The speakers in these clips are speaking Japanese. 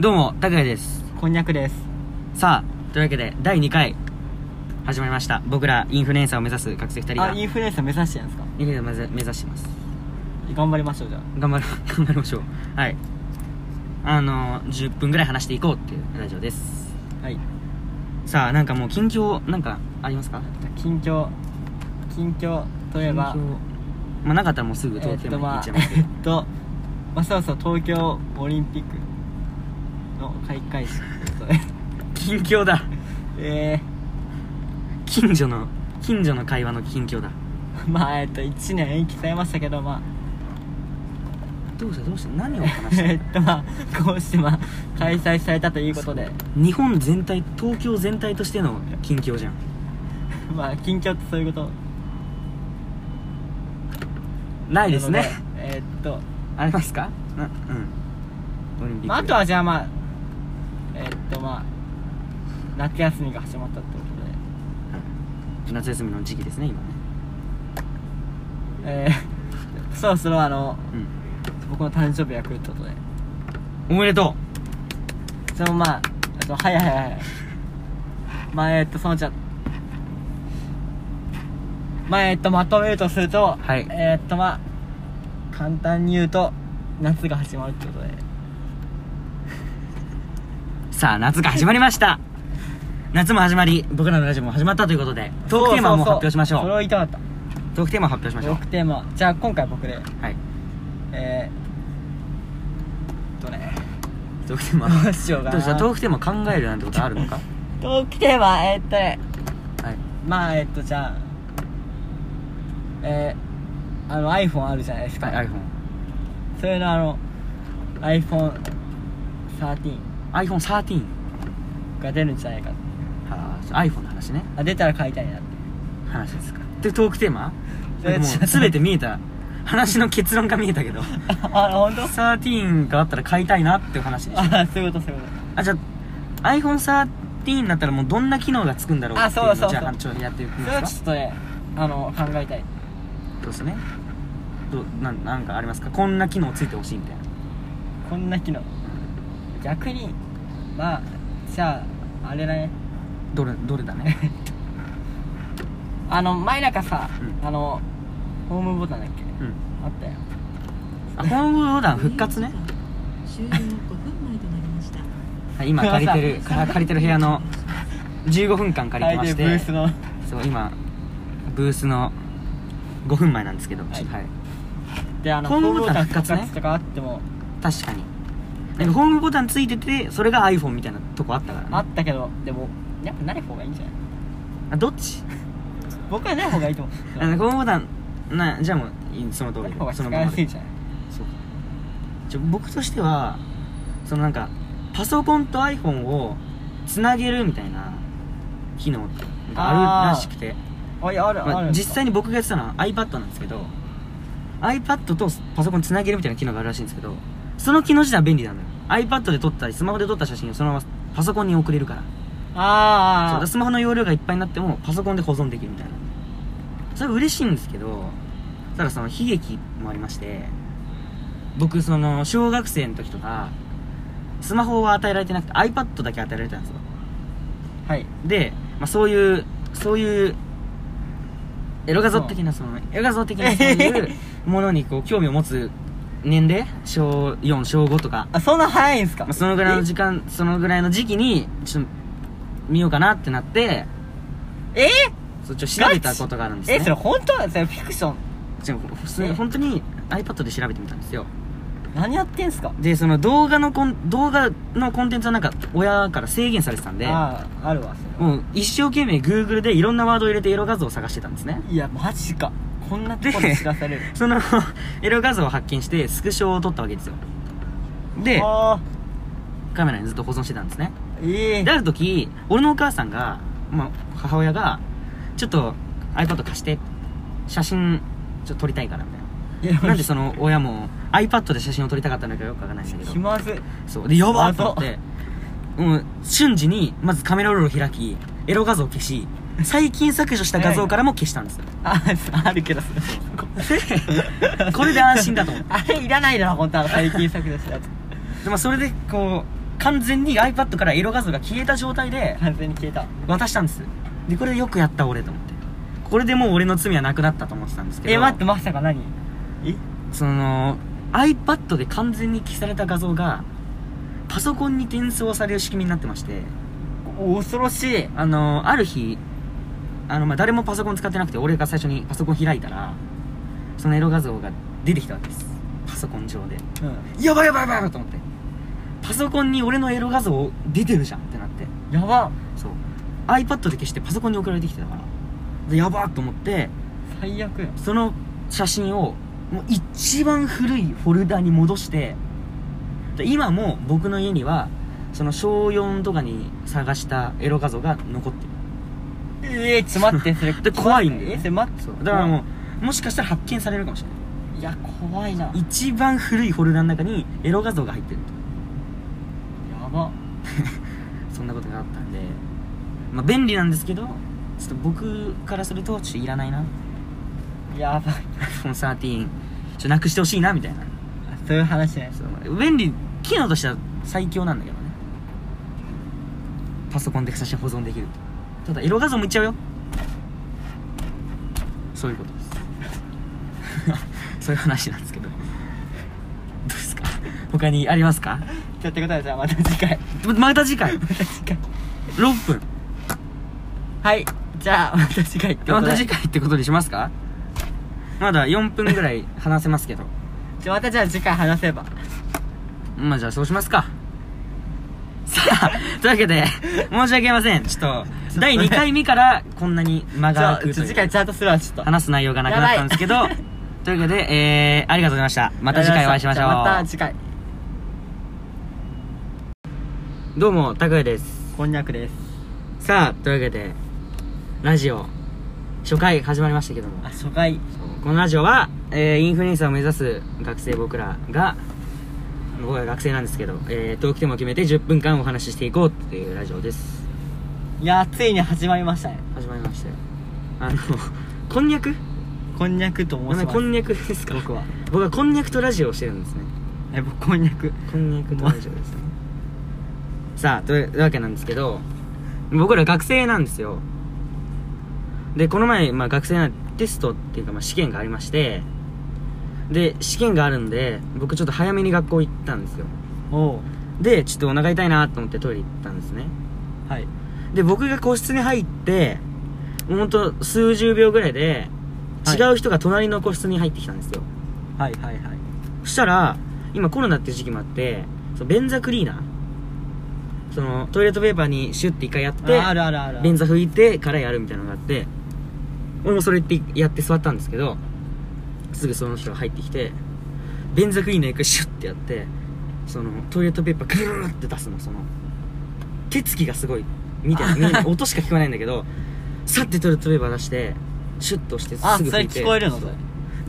どうも、たくやです。こんにゃくですさあ、というわけで、第2回、始まりました。僕ら、インフルエンサーを目指す学生2人あが、イインンフルエンサー目指してるんですかフルエンサーを目指してます。頑張りましょうじゃあ頑張る、頑張りましょう。 はい。あのー、10分ぐらい話していこうっていうラジオです。はいさあ、なんかもう、近況、なんか、ありますか近況近況といえば近況まあ、なかったらもうすぐえ東ーっ京とまで行まっあちゃいますけえど。っとまあそろそろ東京オリンピックの開会式と いうこと近況だ。でえ近所の、近所の会話の近況だ。ー、まあえっと1年延期されましたけどまあどうしたどうした何を話したえっとまあこうしてまあ開催されたということで 日本全体、東京全体としての近況じゃん。まあ近況ってそういうことないですね。なのでえーっとありますかなうんオリンピック、まあ、あとはじゃあまあえーっとまあ夏休みが始まったってことで夏休みの時期ですね今ねえー、 そろそろあのうん僕の誕生日が来るってことでおめでとそのまああとはいはいはいはいまあえー、っとそのじゃまあえー、っとまとめるとすると、はいえー、っとまあ簡単に言うと夏が始まるってことでうさあ夏が始まりました夏も始まり僕らのラジオも始まったということでトークテーマも発表しましょうそれを言いたかったトークテーマ発表しましょトークテーマじゃあ今回僕でうはいえー、っとねトークテーマどうしようかな どうしたトークテーマ考えるなんてことある のかトークテーマえー、っとねはいまあえっとじゃあえー、あの iPhone あるじゃないですか、はいそれのあの iPhone13 iPhone13 が出るんじゃないかはあ iPhone の話ねあ出たら買いたいなって話ですかでトークテーマそなれんかもう全て見えた話の結論が見えたけ どあ本当13があったら買いたいなっていう話でしょあそういうことそういうこあじゃあ iPhone13 になったらもうどんな機能がつくんだろうっていうのあそうそうそうじゃあちょっとやってみとそれはまちすょかっとねあの考えたいそうですねどうなんなんかありますかこんな機能ついてほしいみたいなこんな機能逆にまあじゃああれだねどれどれだね あの前なんかさ、うあのホームボタンだっけうんあったよあホームボタン復活ね終了5分前となりましたはい今借りてるか借りてる部屋の15分間借りてましはいでブーてスのそう今ブースの5分前なんですけど、ちょっとはいであのホホーームムボボタタンン復復活ね活とかあっても確かになんかホームボタンついててそれが iPhone みたいなとこあったからねあったけどでもやっぱない方がいいんじゃないあどっち僕はない方がいいと思うあのホームボタンなじゃあもういいその通なりい方 がその使いままやですいんじゃないそうかちょ僕としてはそのなんかパソコンと iPhone をつなげるみたいな機能があるらしくてあいやある、まああるんです実か際に僕がやってたのは iPad なんですけど iPad とパソコンつなげるみたいな機能があるらしいんですけどその機能自体は便利なのよ iPad で撮ったりスマホで撮った写真をそのままパソコンに送れるからそうだあからスマホの容量がいっぱいになってもパソコンで保存できるみたいなそれ嬉しいんですけどただその悲劇もありまして僕その小学生の時とかスマホは与えられてなくて iPad だけ与えられてたんですよあはいで、まあ、そういうそういうエロ画像的なそのエロ画像的なそういうものにこう興味を持つ年齢小4小5とかあそんな早いんすか、まあ、そのぐらいの時間そのぐらいの時期にちょっと見ようかなってなってええそうちょっと調べたことがあるんですねえそれ本当なんそれフィクション違う普通にえ本当に iPad で調べてみたんですよ何やってんすかでその動画のコン動画のコンテンツはなんか親から制限されてたんであああるわそもう一生懸命 Google でいろんなワードを入れてエロ画像を探してたんですねれいやマジかこんなとこで知らされるその エロ画像を発見してスクショを撮ったわけですよでああカメラにずっと保存してたんですねええである時俺のお母さんが、まあ、母親が「ちょっと iPad 貸して写真ちょっと撮りたいから」みたいななんでその親も iPad で写真を撮りたかったのかよくわからないんだけど気まずいそうでやばっと思ってもう瞬時にまずカメラロールを開きエロ画像を消し最近削除した画像からも消したんです よああるけどそれ これで安心だと思ってあれいらないだろ本当あの最近作ですやつで、まあ、それでこう完全に iPad からエロ画像が消えた状態で完全に消えた渡したんですでこれでよくやった俺と思ってこれでもう俺の罪はなくなったと思ってたんですけどえ待ってまさか何えその iPad で完全に消された画像がパソコンに転送される仕組みになってましてお恐ろしいあのある日あの、まあ、誰もパソコン使ってなくて俺が最初にパソコン開いたらそのエロ画像が出てきたわけですパソコン上でうんやばいやばいやばいやばいと思ってパソコンに俺のエロ画像出てるじゃんってなってやばそう iPad で消してパソコンに送られてきてたからでやばーと思って最悪やその写真をもう一番古いフォルダに戻してで今も僕の家にはその小4とかに探したエロ画像が残ってるええちょっと待って それで怖いんだよねえそれ待ってそうだからもうもしかしたら発見されるかもしれないいや怖いなや一番古いフォルダの中にエロ画像が入ってるばとそんなことがあったんでまあ便利なんですけどちょっと僕からするとちょっといらないなやばい iPhone13 ちょっとなくしてほしいなみたいなあそういう話ねそうまあ便利機能としては最強なんだけどねパソコンで写真保存できるただ色画像もいっちゃうよそういうことです そういう話なんですけどどうですか他にありますかじゃあってことはじゃあまた次 回ままた次回また次回6分はいじゃあまた次回ってことまでた次回ってことにしますかまだ4分ぐらい話せますけどじゃあまたじゃあ次回話せばまあじゃあそうしますか。さあ、というわけで、申し訳ありません。ちょっと、第2回目からこんなに間じゃがあ空くとい次う回ちゃんとするわちょっと話す内容がなくなったんですけど、というわけで、えー、ありがとうございました。また次回お会いしましょじゃあまたう。次回どうも、たくやです。こんにゃくですさあ、というわけで、ラジオ、初回始まりましたけどもあ、初回このラジオは、えーインフルエンサーを目指す学生僕らが、僕は学生なんですけど、えー、トークテーマを決めて10分間お話ししていこうっていうラジオです。いやーついに始まりましたね始まりましたよ あのこんにゃくこんにゃくと申し名ます前こんにゃくですか僕は僕はこんにゃくとラジオをしてるんですねえ僕こんにゃくこんにゃくとラジオですねさあというわけなんですけど僕ら学生なんですよでこの前、まあ、学生なテストっていうか、まあ、試験がありましてで試験があるんで僕ちょっと早めに学校行ったんですよおうでちょっとお腹痛いなと思ってトイレ行ったんですねはいで僕が個室に入ってほんと数十秒ぐらいではい違う人が隣の個室に入ってきたんですよ、はいはいはいそしたら今コロナっていう時期もあってその便座クリーナーそのトイレットペーパーにシュッて一回やってああるあるある便座拭いてからやるみたいなのがあって俺もそれってやって座ったんですけどすぐその人が入ってきて便座クリーナー一回シュッてやってそのトイレットペーパーグーって出すのその手つきがすごい見 てない見えない音しか聞こえないんだけどさってトイレットペーパー出してシュッと押してすぐあそ拭いれて聞こえるのそれ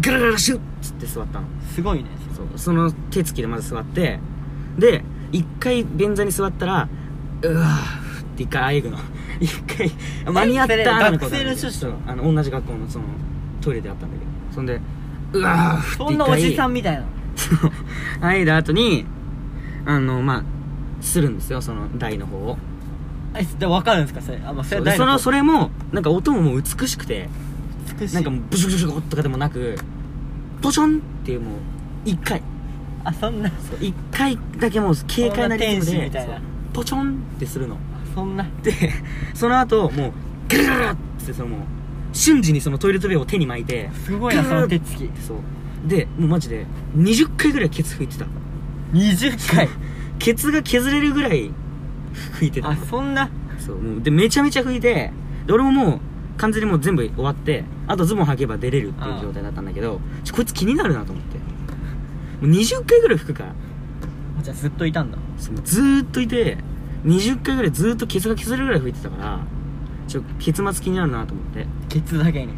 ガラガラシュッつって座ったのすごいねそうその手つきでまず座ってで一回便座に座ったらうわーって一回あえぐの一回間に合ったそれーの学生の人そうあの同じ学校のそのトイレであったんだけどそんでうわーって一そ回んなおじさんみたいなそうあえいだ後にあのまあするんですよその台の方をえで分かるんですかそれあまあそそれうで大そのそれれもなんか音ももう美しくて美しいなんかもうブシュブシュブシュとかでもなくポチョンっていうもう一回あそんなそう一回だけもう軽快なリズそムんな天使でみたいなそうポチョンってするのそんなでその後もうグルルルルってそのもう瞬時にそのトイレットペーパーを手に巻いてすごいなその手つきそうでもうマジで20回ぐらいケツ拭いてた20回ケツが削れるぐらい拭いてたあそんなそうもうでめちゃめちゃ拭いてで俺ももう完全にもう全部終わってあとズボン履けば出れるっていう状態だったんだけどちょこいつ気になるなと思ってもう20回ぐらい拭くからじゃあずっといたんだそのずーっといて20回ぐらいずーっとケツが削れるぐらい吹いてたからちょっと結末気になるなと思ってケツだけに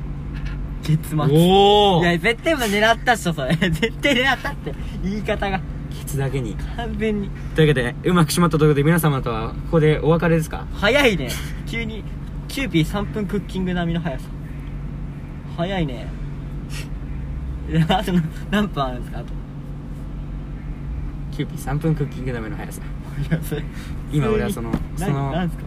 ケツマいおや絶対今狙ったっしょそれ絶対狙ったって言い方がケツだけに完全にというわけでうまくしまったということで皆様とはここでお別れですか早いね急にキューピー3分クッキング並みの速さ早いねいやあとな何分あるんですかあとキューピー3分クッキングダメの速さいやそれ今俺はそのそ何のなんすか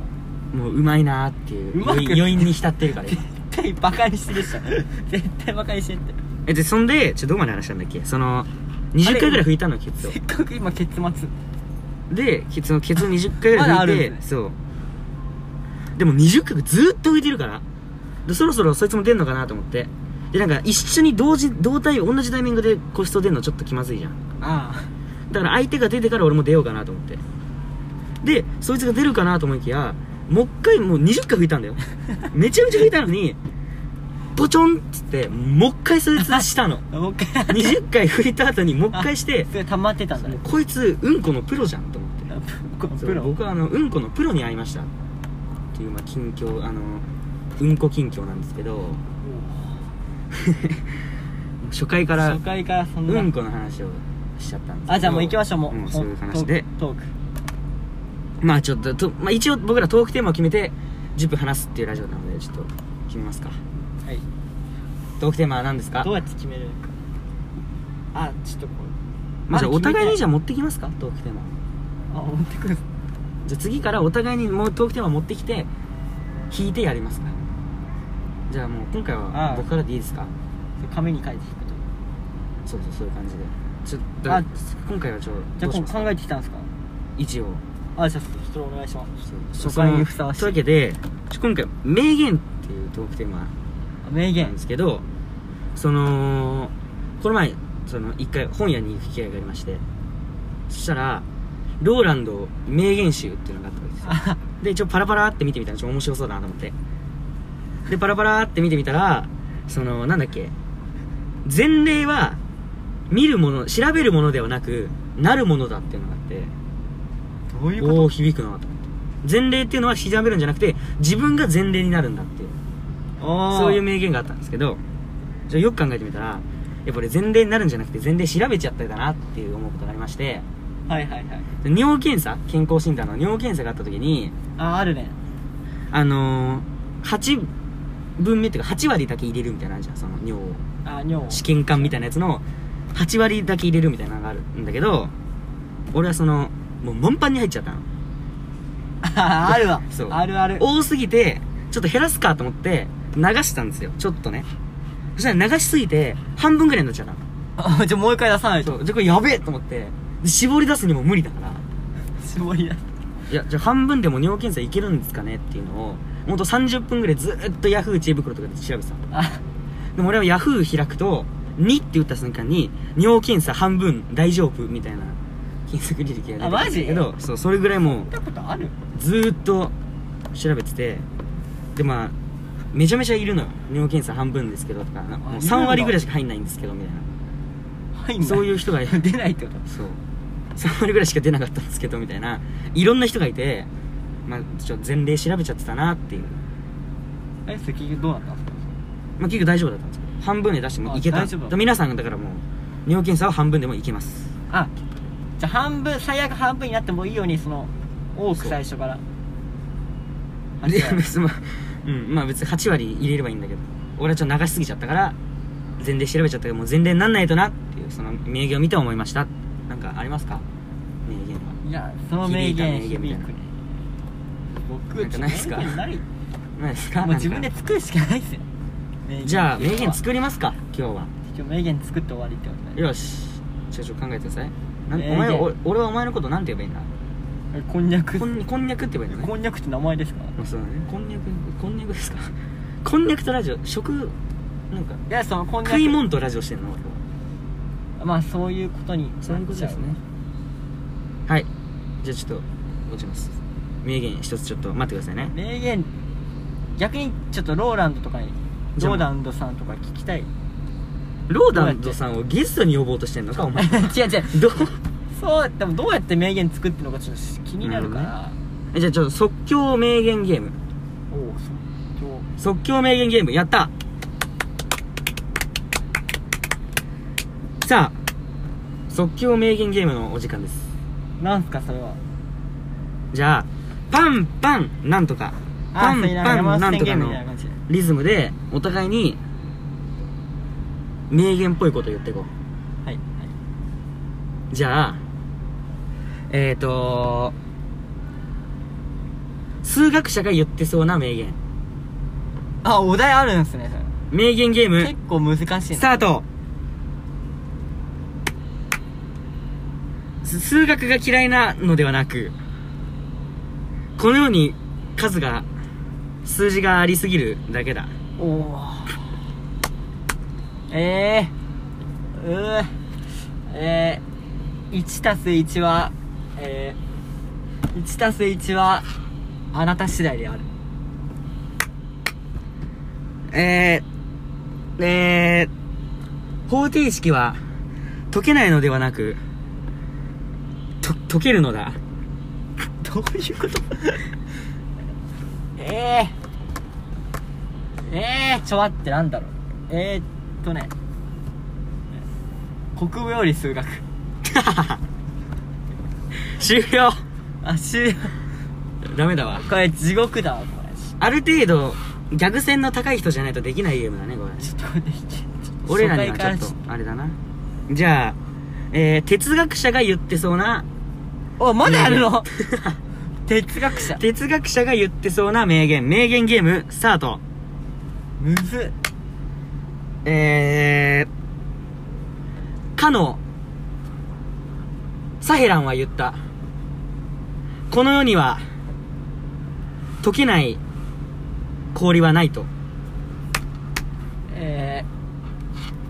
もううまいなーっていううまく余韻余韻に浸ってるから絶 今対バカにしてるでしょ絶対バカにしてんってえでそんでちょどこまで話したんだっけその20回ぐらい拭いたのケツをせっかく今結末でケツのケツを20回ぐらいまだ拭あいるんて、ですねそうでも20回ずーっと拭いてるからでそろそろそいつも出んのかなと思ってでなんか一緒に同時同体同じタイミングで個室を出んのちょっと気まずいじゃんあだから相手が出てから俺も出ようかなと思ってでそいつが出るかなと思いきやもう一回もう20回拭い たんだよめちゃめちゃ拭いたのにポチョンっつってもう一回そいつした のあもう一回20回拭いた後にもう一回してそれ溜まってたんだもねうこいつうんこのプロじゃんと思ってプそうプロ僕はあのうんこのプロに会いましたっていうまあ近況あのうんこ近況なんですけど初回から初回からそんな、うんこの話をしちゃったんですけどあじゃあもう行きましょうもう、んそういう話でトークトークまあちょっとと、まあ、一応僕らトークテーマを決めて10分話すっていうラジオなのでちょっと決めますかはいトークテーマは何ですかどうやって決めるかあちょっとこうまあ、じゃあお互いにじゃゃあ持ってきますかトークテーマあ持ってくるじゃあ次からお互いにもうトークテーマ持ってきて引いてやりますかじゃあもう今回あはあ僕からでいいですかそう紙に書いていくとそうそうそういう感じでちょっとあ今回はちょっとじゃどあうしこますう考えてきたんですか一応あじゃあちょっとお願いしますそう初回にふさわしいそういうわけでちょ今回名言っていうトークテーマあ名なん言ですけどそのこの前その一回本屋に行く機会がありましてそしたらローランド名言集っていうのがあったわけですよあで一応パラパラって見てみたらちょっと面白そうだなと思ってでパラパラって見てみたらそのなんだっけ前例は見るもの調べるものではなくなるものだっていうのがあってどういうこおとおー響くなと思って前例っていうのは調べるんじゃなくて自分が前例になるんだっていうあーそういう名言があったんですけどじゃあよく考えてみたらやっぱり前例になるんじゃなくて前例調べちゃったんだなっていう思うことがありましてはいはいはい尿検査健康診断の尿検査があった時にああるねあのー、8分目っていうか8割だけ入れるみたいなのあるじゃんその尿をあ尿を試験管みたいなやつの8割だけ入れるみたいなのがあるんだけど俺はそのもう満帆に入っちゃったの ああるわそうあるある多すぎてちょっと減らすかと思って流したんですよちょっとねそしたら流しすぎて半分ぐらいになっちゃったのあ じゃあもう一回出さないそとうじゃあこれやべえと思ってで絞り出すにも無理だから絞り出すいやじゃあ半分でも尿検査いけるんですかねっていうのをほんと30分ぐらいずーっとヤフー知恵袋とかで調べてたのあでも俺はヤフー開くと2って打った瞬間に尿検査半分大丈夫みたいな検索履歴が出てくるんだけあどそうそれぐらいもう見たことあるずーっと調べててでまあめちゃめちゃいるのよ尿検査半分ですけどとかもういるんだ3割ぐらいしか入んないんですけどみたいはいなそういうう人がそう 出ないってこと3割ぐらいしか出なかったんですけどみたいないろんな人がいて、まあ、ちょっと前例調べちゃってたなっていう、えそれ結局どうなったんですかまあ、結局大丈夫だったんですけど半分で出してもいけたあ大丈夫だった皆さんだからもう尿検査は半分でもいけますあじゃあ半分最悪半分になってもいいようにその多そくう最初からあで違う別にまあ、うん、まあ別に8割入れればいいんだけど俺はちょっと流しすぎちゃったから前例調べちゃったけどもう前例になんないとなっていうその名言を見て思いましたなんかありますか名言はいやその名言響いた名言みたいな僕なんかないっすか名言ないないですかもう自分なんでか作るしかないっすよじゃあ名言る作りますか今日は今日名言作って終わりってことねよし社長考えてくださいなん名言お前お俺はお前のことなんて言えばいいんえこんにゃくだこんこんにゃくって言えばいいのねこんにゃくって名前ですかまあそうだねこんにゃくこんにゃくですかこんにゃくとラジオ食なんかいやそのこんにゃく食い物とラジオしてんの俺はまあそういうことにそういうことですねはいじゃあちょっと落ちます名言一つちょっと待ってくださいね名言逆にちょっとローランドとかにじゃあローランドさんとか聞きたい違ローダンドさんをゲストに呼ぼうとしてんのかお 前う違う どうそうでもどうやって名言作ってのかちょっと気になるから、えじゃあちょっと即興名言ゲームおおそう今即興名言ゲームやったさあ即興名言ゲームのお時間です日なんすかそれはじゃあパンパンなんとかパンそういうパン山なん手と線ゲかーのムみたいな感じリズムでお互いに名言っぽいこと言っていこうはいじゃあえっ、と数学者が言ってそうな名言あお題あるんですね名言ゲーそムれ結構難しスいなタートす数学が嫌いなのではなくこのように数が数字がありすぎるだけだおおええー、うーえー、1たす1はえー、1たす1はあなた次第であるえー、えー、方程式は解けないのではなくと解けるのだ どういうこと えー、えー、ちょ待ってなんだろうえー、っとね国語より数学 終了あ終了ダメだわこれ地獄だわこれちある程度ギャグ線の高い人じゃないとできないゲームだねこれょっとこれでいけ俺らにはちょ初回っからとあれだなじゃあ、えー、哲学者が言ってそうなおまだやるの哲学者 哲学者が言ってそうな名言名言ゲームスタートむずっえー、かのサヘランは言ったこの世には溶けない氷はないとえ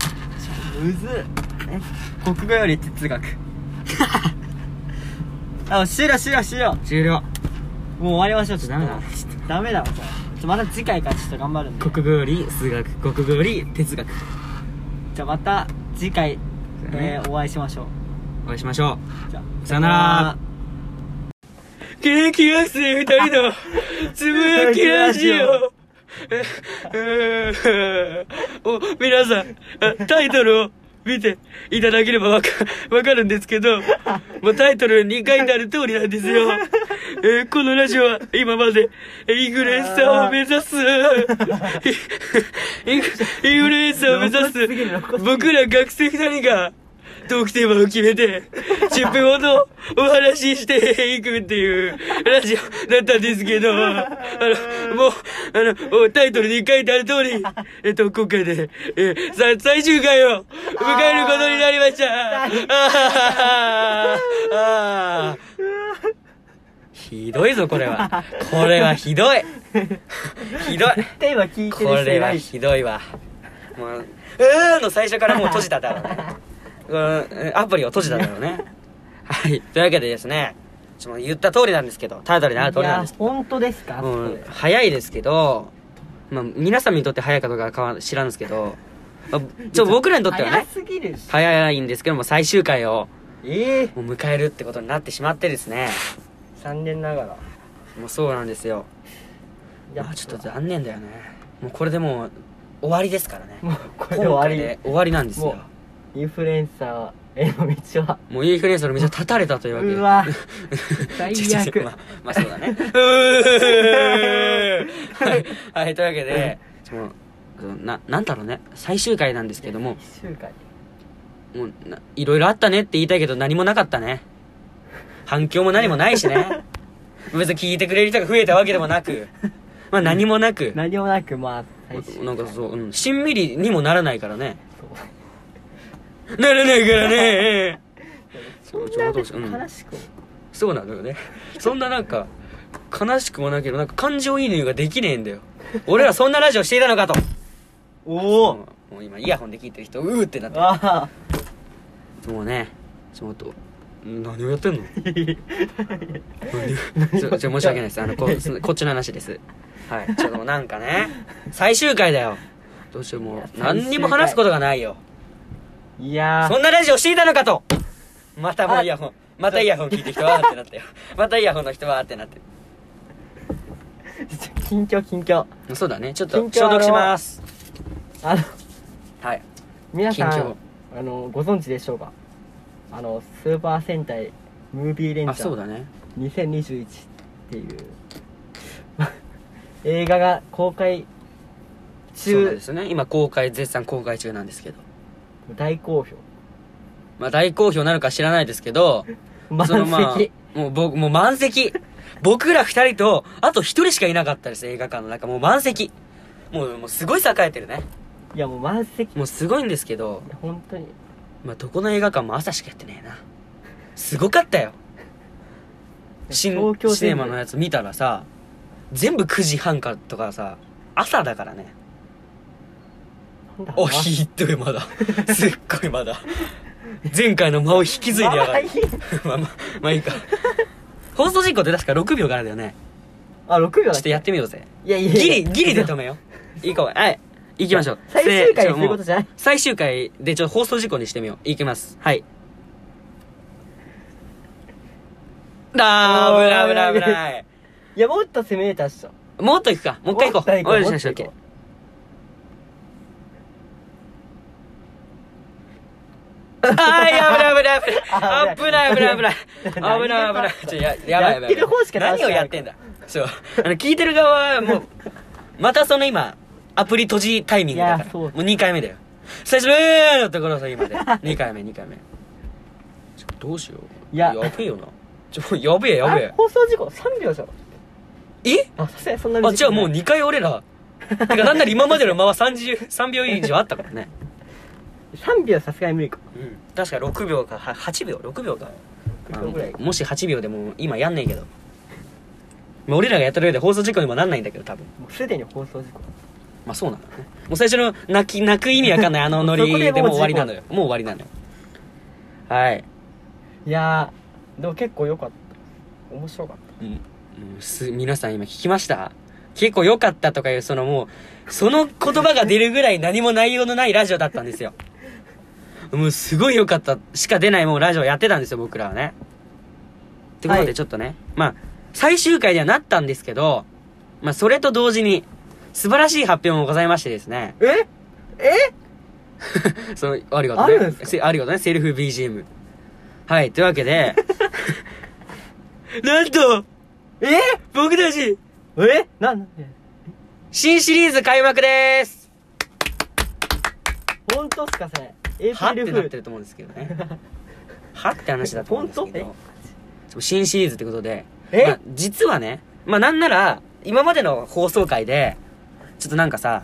ー、ちょむずっえ国語より 哲学あ終了終了終了終了もう終わりましょうちょっとダメ だちょっとダメだわそれちょまた次回からちょっと頑張るんで国語より数学国語より哲学じゃあまた次回そうだねでお会いしましょうお会いしましょじゃあさよならう元気学生二人の つぶやきラジオ お、皆さん、あタイトルを見ていただければわか、 わかるんですけど、もうタイト ルに書いてある通りなんですよ。えーこのラジオは今までえーインフルエンサーを目指す、インフインフルエンサーを目指露骨すぎる露骨すす、ぎる僕ら学生二人が、トークテーマを決めて、10分ほどお話ししていくっていうラジオだったんですけど、あの、もう、あの、タイトルに書いてある通り、えっと、今回で、えーさ最終回を迎えることになりました。あーあーひどいぞ、これは。これはひどい。ひどい。テーマ聞いてこる人れいはないひどいわもう「うー」の最初からもう閉じただろうねうんアプリを閉じただろうねはいというわけでですねちょっと言った通りなんですけどタイトルにある通りなんですけ本当ですかどもう早いですけど、まあ、皆様にとって早いかどうかは変わ知らんですけど、まあちょ僕らにとっては早ねすぎるし早いんですけども最終回をええもう迎えるってことになってしまってですね残念ながらもうそうなんですよいやちょっと残念だよねもうこれでもう終わりですからねもうこれで終今わ回終わりなんですりもようインフルエンサーへの道はもうインフルエンサーの道は断たれたというわけでうわ 最ちょちょちょ悪まあまあそうだね う ーはい、はい、というわけでもうそのななんだろうね最終回なんですけども一週間もうないろいろあったねって言いたいけど何もなかったね反響も何もないしね別に聞いてくれる人が増えたわけでもなくまあ何もなく何もなくまあ最終なんかそう、うん、しんみりにもならないからねならないから ねそうちょうどそううん悲しくそうなのよね。そんななんか、悲しくもないけど、なんか感情移入ができねえんだよ。俺らそんなラジオしていたのかと。おおもうもう今イヤホンで聞いてる人、うーってなってああもうね、ちょっと、何をやってんの何をちょ、ちょ、申し訳ないです。あの、こすこっちの話です。はい。ちょっともうなんかね、最終回だよ。どうしようもう、何にも話すことがないよ。 いやそんなラジオしていたのかとまたもうイヤホン、またイヤホン聞いてる人はーってなったよ。またイヤホンの人はーってなって。ー近況近況そうだね。ちょっと緊急消あの毒します。あのはい。皆さ近況んあのご存知でしょうかあのスーパー戦隊ムービーレンジあ、ャそうーだね。 2021っていう 映画が公開そうなん中ですね。今公開、絶賛公開中なんですけど。大好評まあ大好評なのか知らないですけど、満そのまあ席。もう僕、もう満席。僕ら二人と、あと一人しかいなかったです、映画館の中。もう満席。もう、もうすごい栄えてるね。いやもう満席。もうすごいんですけど、本当に。まあ、どこの映画館も朝しかやってねえな。すごかったよ。新東京シネマの全部やつ見たらさ、全部9時半かとかさ、朝だからね。なんだお、ひっどいまだ。すっごいまだ。前回の間を引き継いでやがる。まあまあ、まあいいか。放送事故って確か6秒からだよね。あ、6秒ちょだっとやってみようぜ。いやいやギリ、ギリで止めよう。いいかも。はい。行きましょう。最終回せーにすることじゃないちょもう最終回でちょっと放送事故にしてみよう。行きます。はい。あー、危ない危ない危ない。いや、もっと攻めれたっしょ。もっと行くか。もう一回行こう。もっとお行いこしよしうよしもっと行こあー、 や危危ない危ない危ない。危ない危ない危ない何危ない。ちょ、や、やばいやばいやばい。やってる方しか楽何しくないをやってんだ。そう。あの、聞いてる側は もう、またその今、アプリ閉じタイミングだかいら。やそうもう2回目だよ。最初、えーのところさ、 今で。2回目、2回目。ちょどうしよう。いややべえよな。ちょ、やべえ、やあべれ放送事故3秒じゃん。え。えあ、さすがにそんなあ、じゃあもうに2回俺 ら。てか、なんなら今までの間は30、3秒以上あったからね。 3秒さすがに無理か。うん。確か6秒か、は8秒、6秒か。 6秒ぐらいか。もし8秒でも今やんねえけど。まあ俺らがやったる上で放送事故にもなんないんだけど、多分。もうすでに放送事故。まあそうなのね。もう最初の泣き、泣く意味わかんないあのノそこリででももうう終わりなのよ。もう終わりなのよ。はい。いやー、でも結構良かった。面白かっうんうんす皆さん今聞きました結構良かったとかいう、そのもう、その言葉が出るぐらい何も内容のないラジオだったんですよ。もうすごい良かったしか出ないもうラジオやってたんですよ、僕らはね。ってことはでいちょっとね、まあ、最終回にはなったんですけど、まあそれと同時に、素晴らしい発表もございましてですね。た。ええ そのありがとうあるねんすかせありがとうねセルフ BGM はいというわけで なんとえ僕たちえなんなんで新シリーズ開幕です本当っすかそれ。エイはっプてリルなフってール。ると思うんですけど ねはって話だと思うんですけ本どそう新シリーズってことで、えまあ、実はねまあなんなら今までの放送回でちょっとなんかさ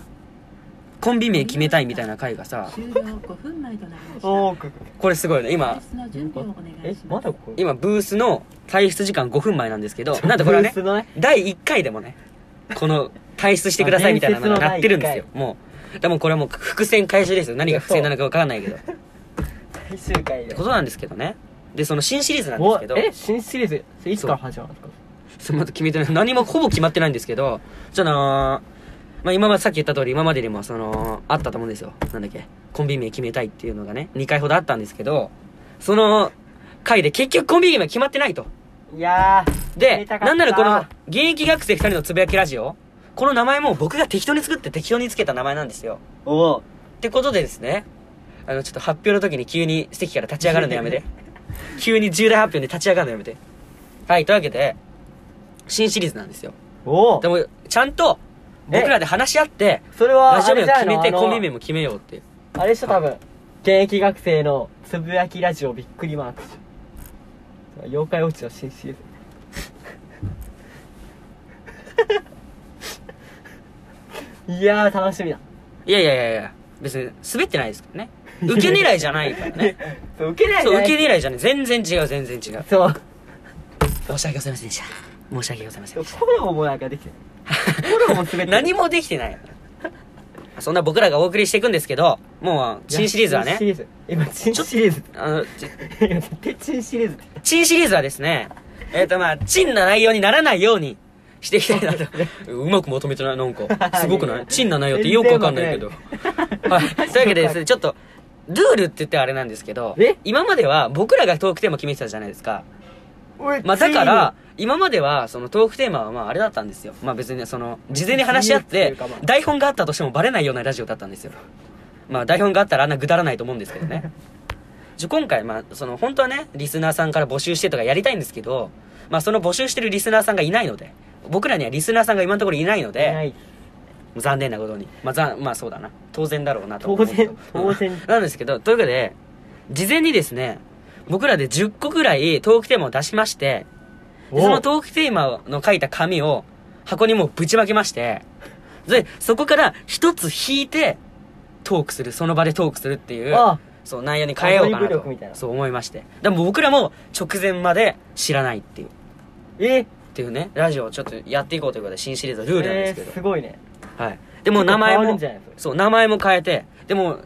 コンビ名決めたいみたいな回がさ終了5分前となりました。おーく。これすごいよね今レースの準備をお願いえし、まます。だここ今ブースの退出時間5分前なんですけ どなんとこれはねブースのね第1回でもね、この、退出してくださいみたいなのがなってるんですよ あ伝説の第一。もう。でもこれはもう伏線回収ですよ。何が伏線なのかわからないけど。って最終回でこ。となんですけどね。で、その新シリーズなんですおけど、え新シリーズそれいつから始まるんですかそのまだ決めてない。何もほぼ決まってないんですけど、じゃあなまあ今までさっき言った通り、今までにもその、あったと思うんですよ。なんだっけ。コンビ名決めたいっていうのがね、2回ほどあったんですけど、その回で結局コンビ名が決まってないと。いやで、なんならこの、あ現役学生二人のつぶやきラジオ、この名前も僕が適当に作って適当につけた名前なんですよ。おうってことでですね、あの、ちょっと発表の時に急に席から立ち上がるのやめ て。急に重大発表で立ち上がるのやめて。はい、というわけで、新シリーズなんですよ。おうでも、ちゃんと、僕らで話し合って、それはラジあオ名れをじ決ゃないのめて、コンビ名もも決めようっていう。あれでしょ多分現役学生のつぶやきラジオびっくりマークでしょ妖怪ウォッチの新シリーズ いやー楽しみだいやいやいやいや、別に滑ってないです からね。受け狙いじゃないから ね。 そう受けないそう、受けね狙いじゃない。全然違う、全然違う。そう申し訳ございませんでした。申し訳ございませんでしコラボもなんかできてないコラボも滑ってた。る何もできて ない。そんな僕らがお送りしていくんですけど、もう、新シリーズは新シね、リーズ今新シリーズ あの、ち今絶対新シリーズって新シリーズはですね、えっ、とまあ、チンな内容にならないようにしていきたいな と。うまくまとめてない、なん か。すごくいやいないやチンな内容ってよくわかんないけど。はい。というわけでですね、ちょっと、ルールって言ってあれなんですけどえ、今までは僕らがトークテーマ決めてたじゃないですか。まあ、だから、今までは、そのトークテーマはまあ、あれだったんですよ。まあ別にね、その、事前に話し合っ自由っていてうかまあ、台本があったとしてもバレないようなラジオだったんですよ。まあ、台本があったらあんなくだらないと思うんですけどね。じゃ今回、まあ、その、本当はね、リスナーさんから募集してとかやりたいんですけど、まあ、その募集してるリスナーさんがいないので、僕らにはリスナーさんが今のところいないのいなで、い残念なことに。まあ、ざんまあ、そうだな。当然だろうなと当然思うけど当然うんなんですけど、というわけで、事前にですね、僕らで10個ぐらいトークテーマを出しまして、でそのトークテーマの書いた紙を箱にもうぶちまけまして、で、そこから一つ引いて、トークする、その場でトークするっていう、あそう、内容に変えようかなアドリブ力みたいと、なそう思いまして。でも僕らも直前まで知らないっていう、っえていうね、ラジオをちょっとやっていこうということで、新シリーズのルールなんですえけどー、。すごいねはい。でも名前結構変わるもんじゃないそれ、そう、名前も変えて、でも、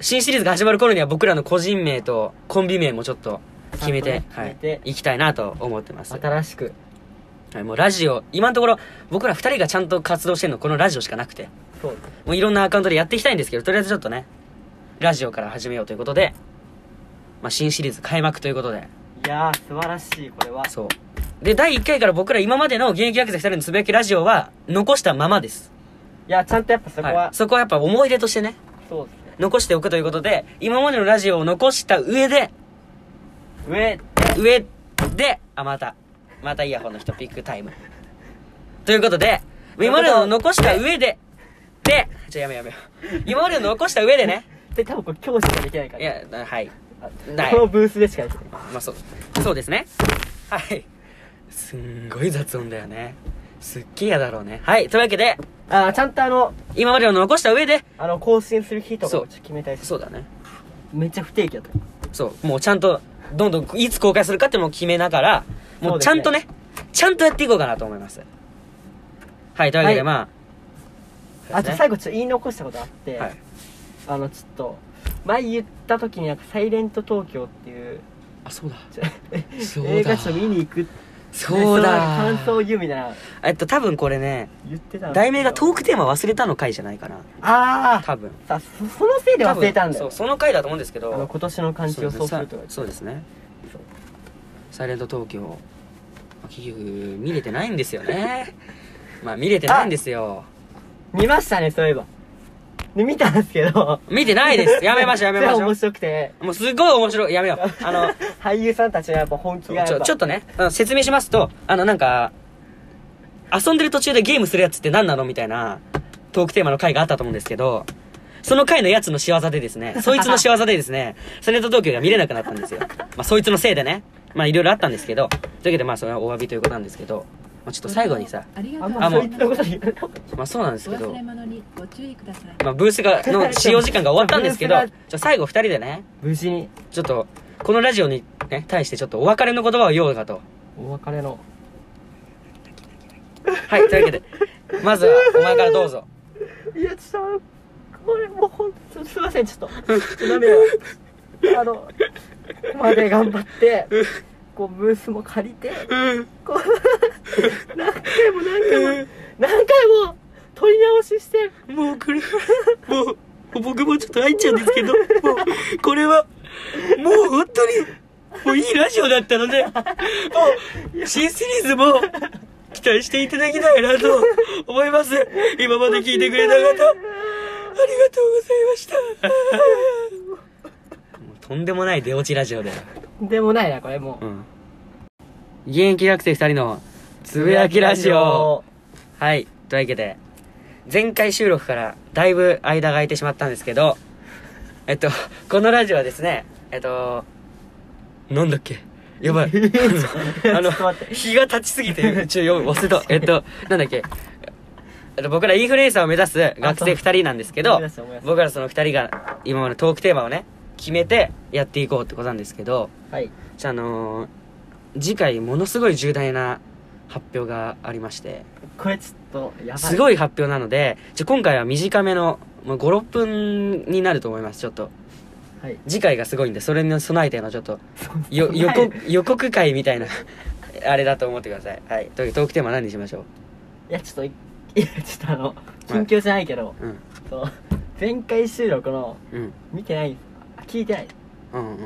新シリーズが始まる頃には僕らの個人名とコンビ名もちょっと決めてち、ゃんとはねい決め、ていきたいなと思ってます。は新しくい、もうラジオ、今のところ僕ら二人がちゃんと活動してるのこのラジオしかなくて、そうもういろんなアカウントでやっていきたいんですけど、とりあえずちょっとね、ラジオから始めようということで、まあ新シリーズ開幕ということで、いやー素晴らしいこれはそう。で、第1回から僕ら今までの現役学生2人のつぶやきラジオは残したままです。いやちゃんとやっぱそこは、はい、そこはやっぱ思い出としてね、そうですね残しておくということで、今までのラジオを残した上で、上上で、あ、また、またイヤホンの人ピックタイム。ということで、今までの残した上で、で、ちょ、やめようやめよう。今までの残した上でね、で多分これ教師しかできないからいや、なはい。あないこのブースでしかできないまあそう、そうですね。はい。すんごい雑音だよね。すっげえ嫌だろうね。はい、というわけで、あーちゃんとあの今までの残した上で、あの更新する日とかそをうちょっと決めたいしそうだね。めっちゃ不定期だったそう、もうちゃんと、どんどんいつ公開するかっていうのも決めながら、もうちゃんとね、ちゃんとやっていこうかなと思います。はい、というわけで、はいまあ、あと最後ちょっと言い残したことあって、はいあのちょっと前言った時になんか「サイレント東京」っていうあ、そうだ。ち ょそうだ映画ちょっと見に行くそうだでその感想を言うみたいなえっと、多分これね、言ってたんですけど題名がトークテーマ忘れたの回じゃないかな。ああ多分。さそそのせいで忘れたん多分だよそう、その回だと思うんですけあのど、今年の漢字をそうするとかそうそうですねそう。サイレント東京。まあ結局、見れてないんですよ ね。まあ、見れてないんですよ。見ましたねそういえばで見たんですけど見てないです。やめましょう、やめましそれょ面う。白くてもうすごい面白い。やめよう。あの、俳優さんたちのやっぱ本気ちがやっょぱちょっとね、あの説明しますと、あの、なんか、遊んでる途中でゲームするやつって何なのみたいなトークテーマの回があったと思うんですけど、その回のやつの仕業でですね、そいつの仕業でですね、 サネット東京が見れなくなったんですよ。まあ、そいつのせいでね、まあ、いろいろあったんですけど、というわけで、まあ、それはお詫びということなんですけど、まあ、ちょっと最後にさ、ありがあとうごもざあもうそういいつのこと言うまあ、そうなんですおけ忘どれ、物にご注意ください。まあ、ブースが、の使用時間が終わったんですけど、じゃ最後二人でね、無事にちょっと、このラジオにね、対してちょっとお別れの言葉を言おうかと。お別れのはい、というわけで、まずは、お前からどうぞ。いやちょっとこれもうほんとすいませんちょっとちょっと涙があのここまで頑張ってこうブースも借りてこう何回も何回も何回も撮り直ししてもうこれもう、僕もちょっと入っちゃうんですけど、もう、これは、もう本当に、もういいラジオだったので、もう、新シリーズも、期待していただきたいなと思います。今まで聞いてくれた方、ありがとうございました。とんで もない出落ちラジオだよ。でもないなこれもううん。現役学生二人の、つぶやきラジオ。はい。というわけで、前回収録からだいぶ間が空いてしまったんですけど、えっと、このラジオはですね、えっと、なんだっけや ばい。あのちょっと待って、日が立ちすぎて、ちょ、忘れた。えっと、なんだっけえっと僕らインフルエンサーを目指す学生2人なんですけど思い出した思い出した僕らその2人が今までトークテーマをね決めてやっていこうってことなんですけどはいじゃあ、あのー次回ものすごい重大な発表がありましてこれちょっとやばいすごい発表なのでじゃあ今回は短めの、まあ、56分になると思いますちょっとはい次回がすごいんでそれに備えてのちょっと よ予告予告会みたいな あれだと思ってくださいはいというトークテーマ何にしましょいやちょっといいやちょっとあの緊急じゃないけど、ううんその前回収録のうん見てないあ聞いてないうんうん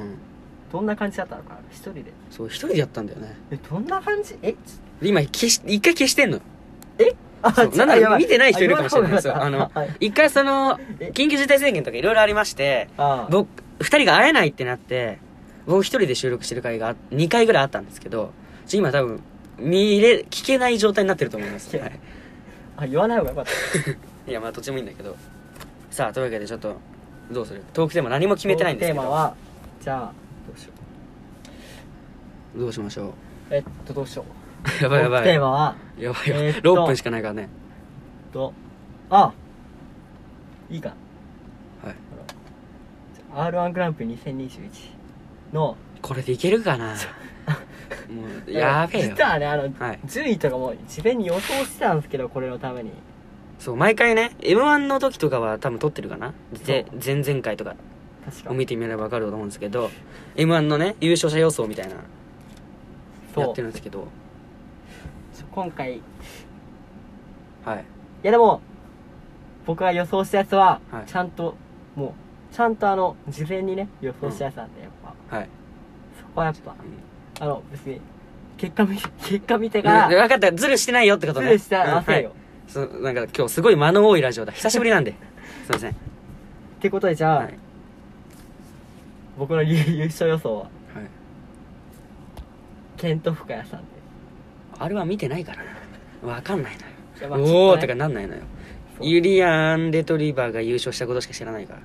どんな感じだったのかな一人でそう一人でやったんだよねえどんな感じえち今消し一回消してんのあそうなんなら見てない人いるかもしれないでですすよあのはい、一回そのえ緊急事態宣言とかいろいろありましてああ僕2人が会えないってなって僕1人で収録してる回が2回ぐらいあったんですけどちょ今多分見れ聞けない状態になってると思います、聞けはい、あ言わない方がよかったいやまあどっちでもいいんだけどさあというわけでちょっとどうするトークテーマ何も決めてないんですけどトークテーマはじゃあどうしようどうし ましょえっとどうしようやうばいやばトークテいーやマはばいよ、えーっと6分しかないからねえっとあいいかはいな R1 グランプリ2021のこれでいけるかなもうやべえよ実はねあのはい順位とかも事前に予想してたんですけどこれのためにそう毎回ね m 1の時とかは多分撮ってるかなで前々回とか確かを見てみれば分かると思うんですけど m 1のね優勝者予想みたいなそうやってるんですけど今回いはいやでも僕が予想したやつは、はいちゃんともうちゃんとあの事前にね予想したやつなんでやっぱ、はいそこはやっぱうんあの別に結果見結果見てかうんら分かったズルしてないよってことズねルしたらうんはせいよ、そうなんか今日すごい間の多いラジオだ久しぶりなんですいませんってことでじゃあ、はい、はい、僕の優優勝予想はケント・フカヤさんであれは見てないからな分かんないのよいやまあおおーとちょかっなんないのよとねユリアン・レトリバーが優勝したことしか知らないから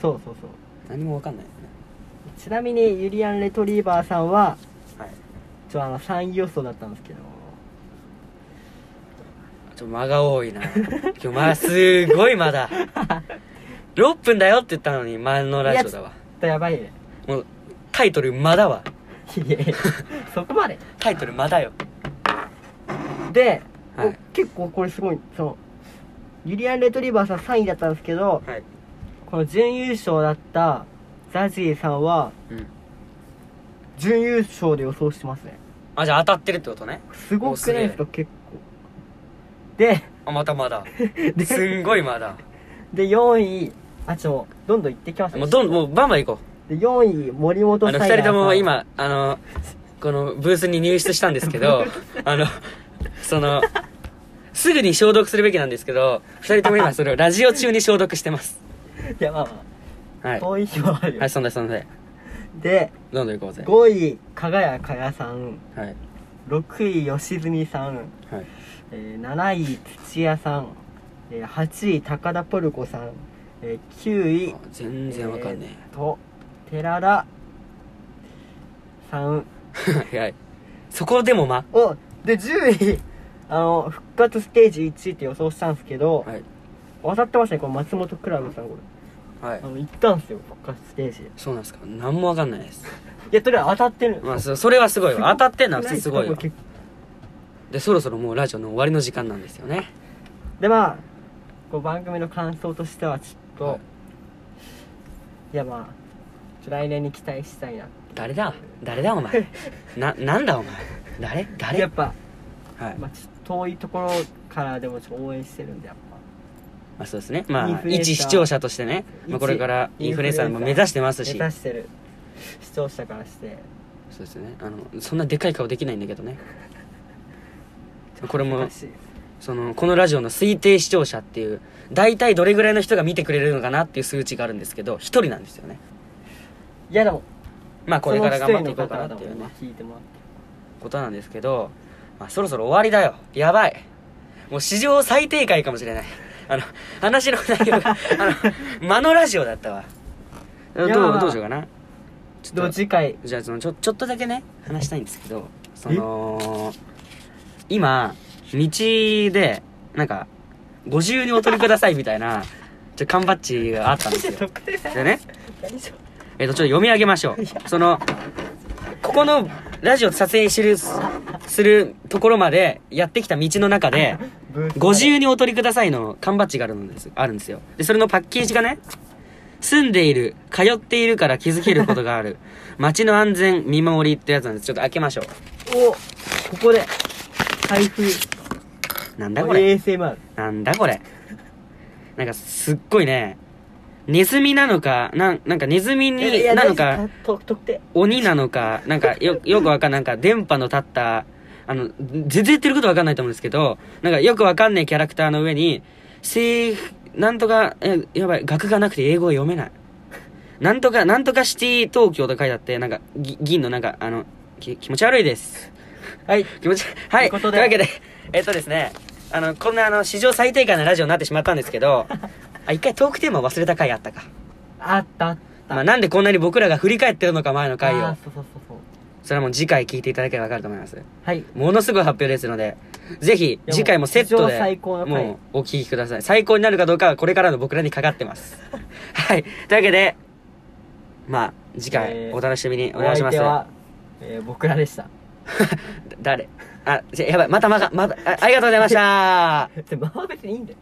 そうそうそうそう何も分かんないよねちなみにユリアン・レトリーバーさんははいちょあの3位予想だったんですけどちょ間が多 いな今日まあすごい間だ6分だよって言ったのに間のラジオだわちょっとやばいねもうタイトル間だわいやいや そこまでタイトル間だよで、はいお結構これすごいそのユリアン・レトリーバーさん3位だったんですけどはいこの準優勝だったザジーさんはうん準優勝で予想してますねあじゃあ当たってるってことねすごおくすなげいえですか結構であまたま だすでんごいまだで4位あちょどんどん行ってきますねもうどんもうバンバン行こで4位森本うさあんの2人とも今あのこのブースに入室したんですけ どあのそのすぐに消毒するべきなんですけど2人とも今それをラジオ中に消毒してますいやまあまはあい遠い日もあるよ、はいそんなそんなでどんどん行こうぜ5位加賀谷加賀さんはい6位吉住さん、はいえー7位土屋さん、えー8位高田ポルコさん、えー9位あ全然わかんねえーと寺田さんえはいそこでもまおで10位あの復活ステージ1位って予想したんですけど、はい当たってましたねこの松本クラブさんこれはいあの行ったんですよ復活ステージいそうなんですか何もわかんないですやそれは当たってるまあそそれはすごいわ当たってんのは普な通いですかごいわこれ結でそろそろもうラジオの終わりの時間なんですよね構でまあこう番組の感想としてはちょっと、はいい、やまあちょ来年に期待したいな誰だ誰だお 前ななんだお前誰誰やっぱ、はいままあ、ちょっと遠いところからでもちょっと応援してるんでやっぱあそうですねまインあフルエンサー一視聴者としてね、まあ、一これからインフルエンサーも目指してます目し指してる視聴者からしてそうですねあのそんなでかい顔できないんだけどねこれも難しいそのこのラジオの推定視聴者っていう大体どれぐらいの人が見てくれるのかなっていう数値があるんですけど一人なんですよねいやでもまあこれからそ頑張ってのいこうかな一人の方々っていうもねね聞いてもらってことなんですけど、まあ、そろそろ終わりだよやばいもう史上最低回かもしれないあの話の内容があの間のラジオだったわどういやまあどうしようかなちでょもっと次回じゃあそのちょちょっとだけね話したいんですけどその今道でなんか「ご自由にお取りください」みたいなちょ缶バッジがあったんですよ特定さでね何しよえっと、ちょっと読み上げましょう。その、ここのラジオ撮影する、するところまでやってきた道の中で、うブースご自由にお取りくださいの缶バッジがあるんです、あるんですよ。で、それのパッケージがね、住んでいる、通っているから気づけることがあ る、街の安全見守りってやつなんです。ちょっと開けましょおここで開封う。なんだこれ。 ASMR なんだこれ。なんかすっごいね、ネズミなのか、なん、なんかネズミいやいにやなのか、大丈夫と特定鬼なのか、なんかよ、よくわかんない、なんか電波の立った、あの、全然言ってることわかんないと思うんですけど、なんかよくわかんないキャラクターの上に、せーなんとか、え、やばい、額がなくて英語が読めない。なんとか、なんとかシティ東京と書いてあって、なんか、ぎ銀のなんか、あの、き気持ち悪いです。はい気持ち、はい。とというういことわでけで、えっとですね、あの、こんなあの、史上最低下なラジオになってしまったんですけ ど、あ、一回トークテーマ忘れた回あったか。あったあったまあ、なんでこんなに僕らが振り返ってるのか前の回をあ。そうそうそうそうそれはもう次回聞いていただければわかると思います。はいものすごい発表ですので、ぜひ次回もセットいやもう史上で、最高の回もうお聞きください。最高になるかどうかはこれからの僕らにかかって ます。はい。というわけで、まあ、次え回ーお楽しみにお願いします。お相手は、えー僕らでした 誰あ、じゃやばい、またまた、また、あありがとうございました。でまあ別にいいんだよ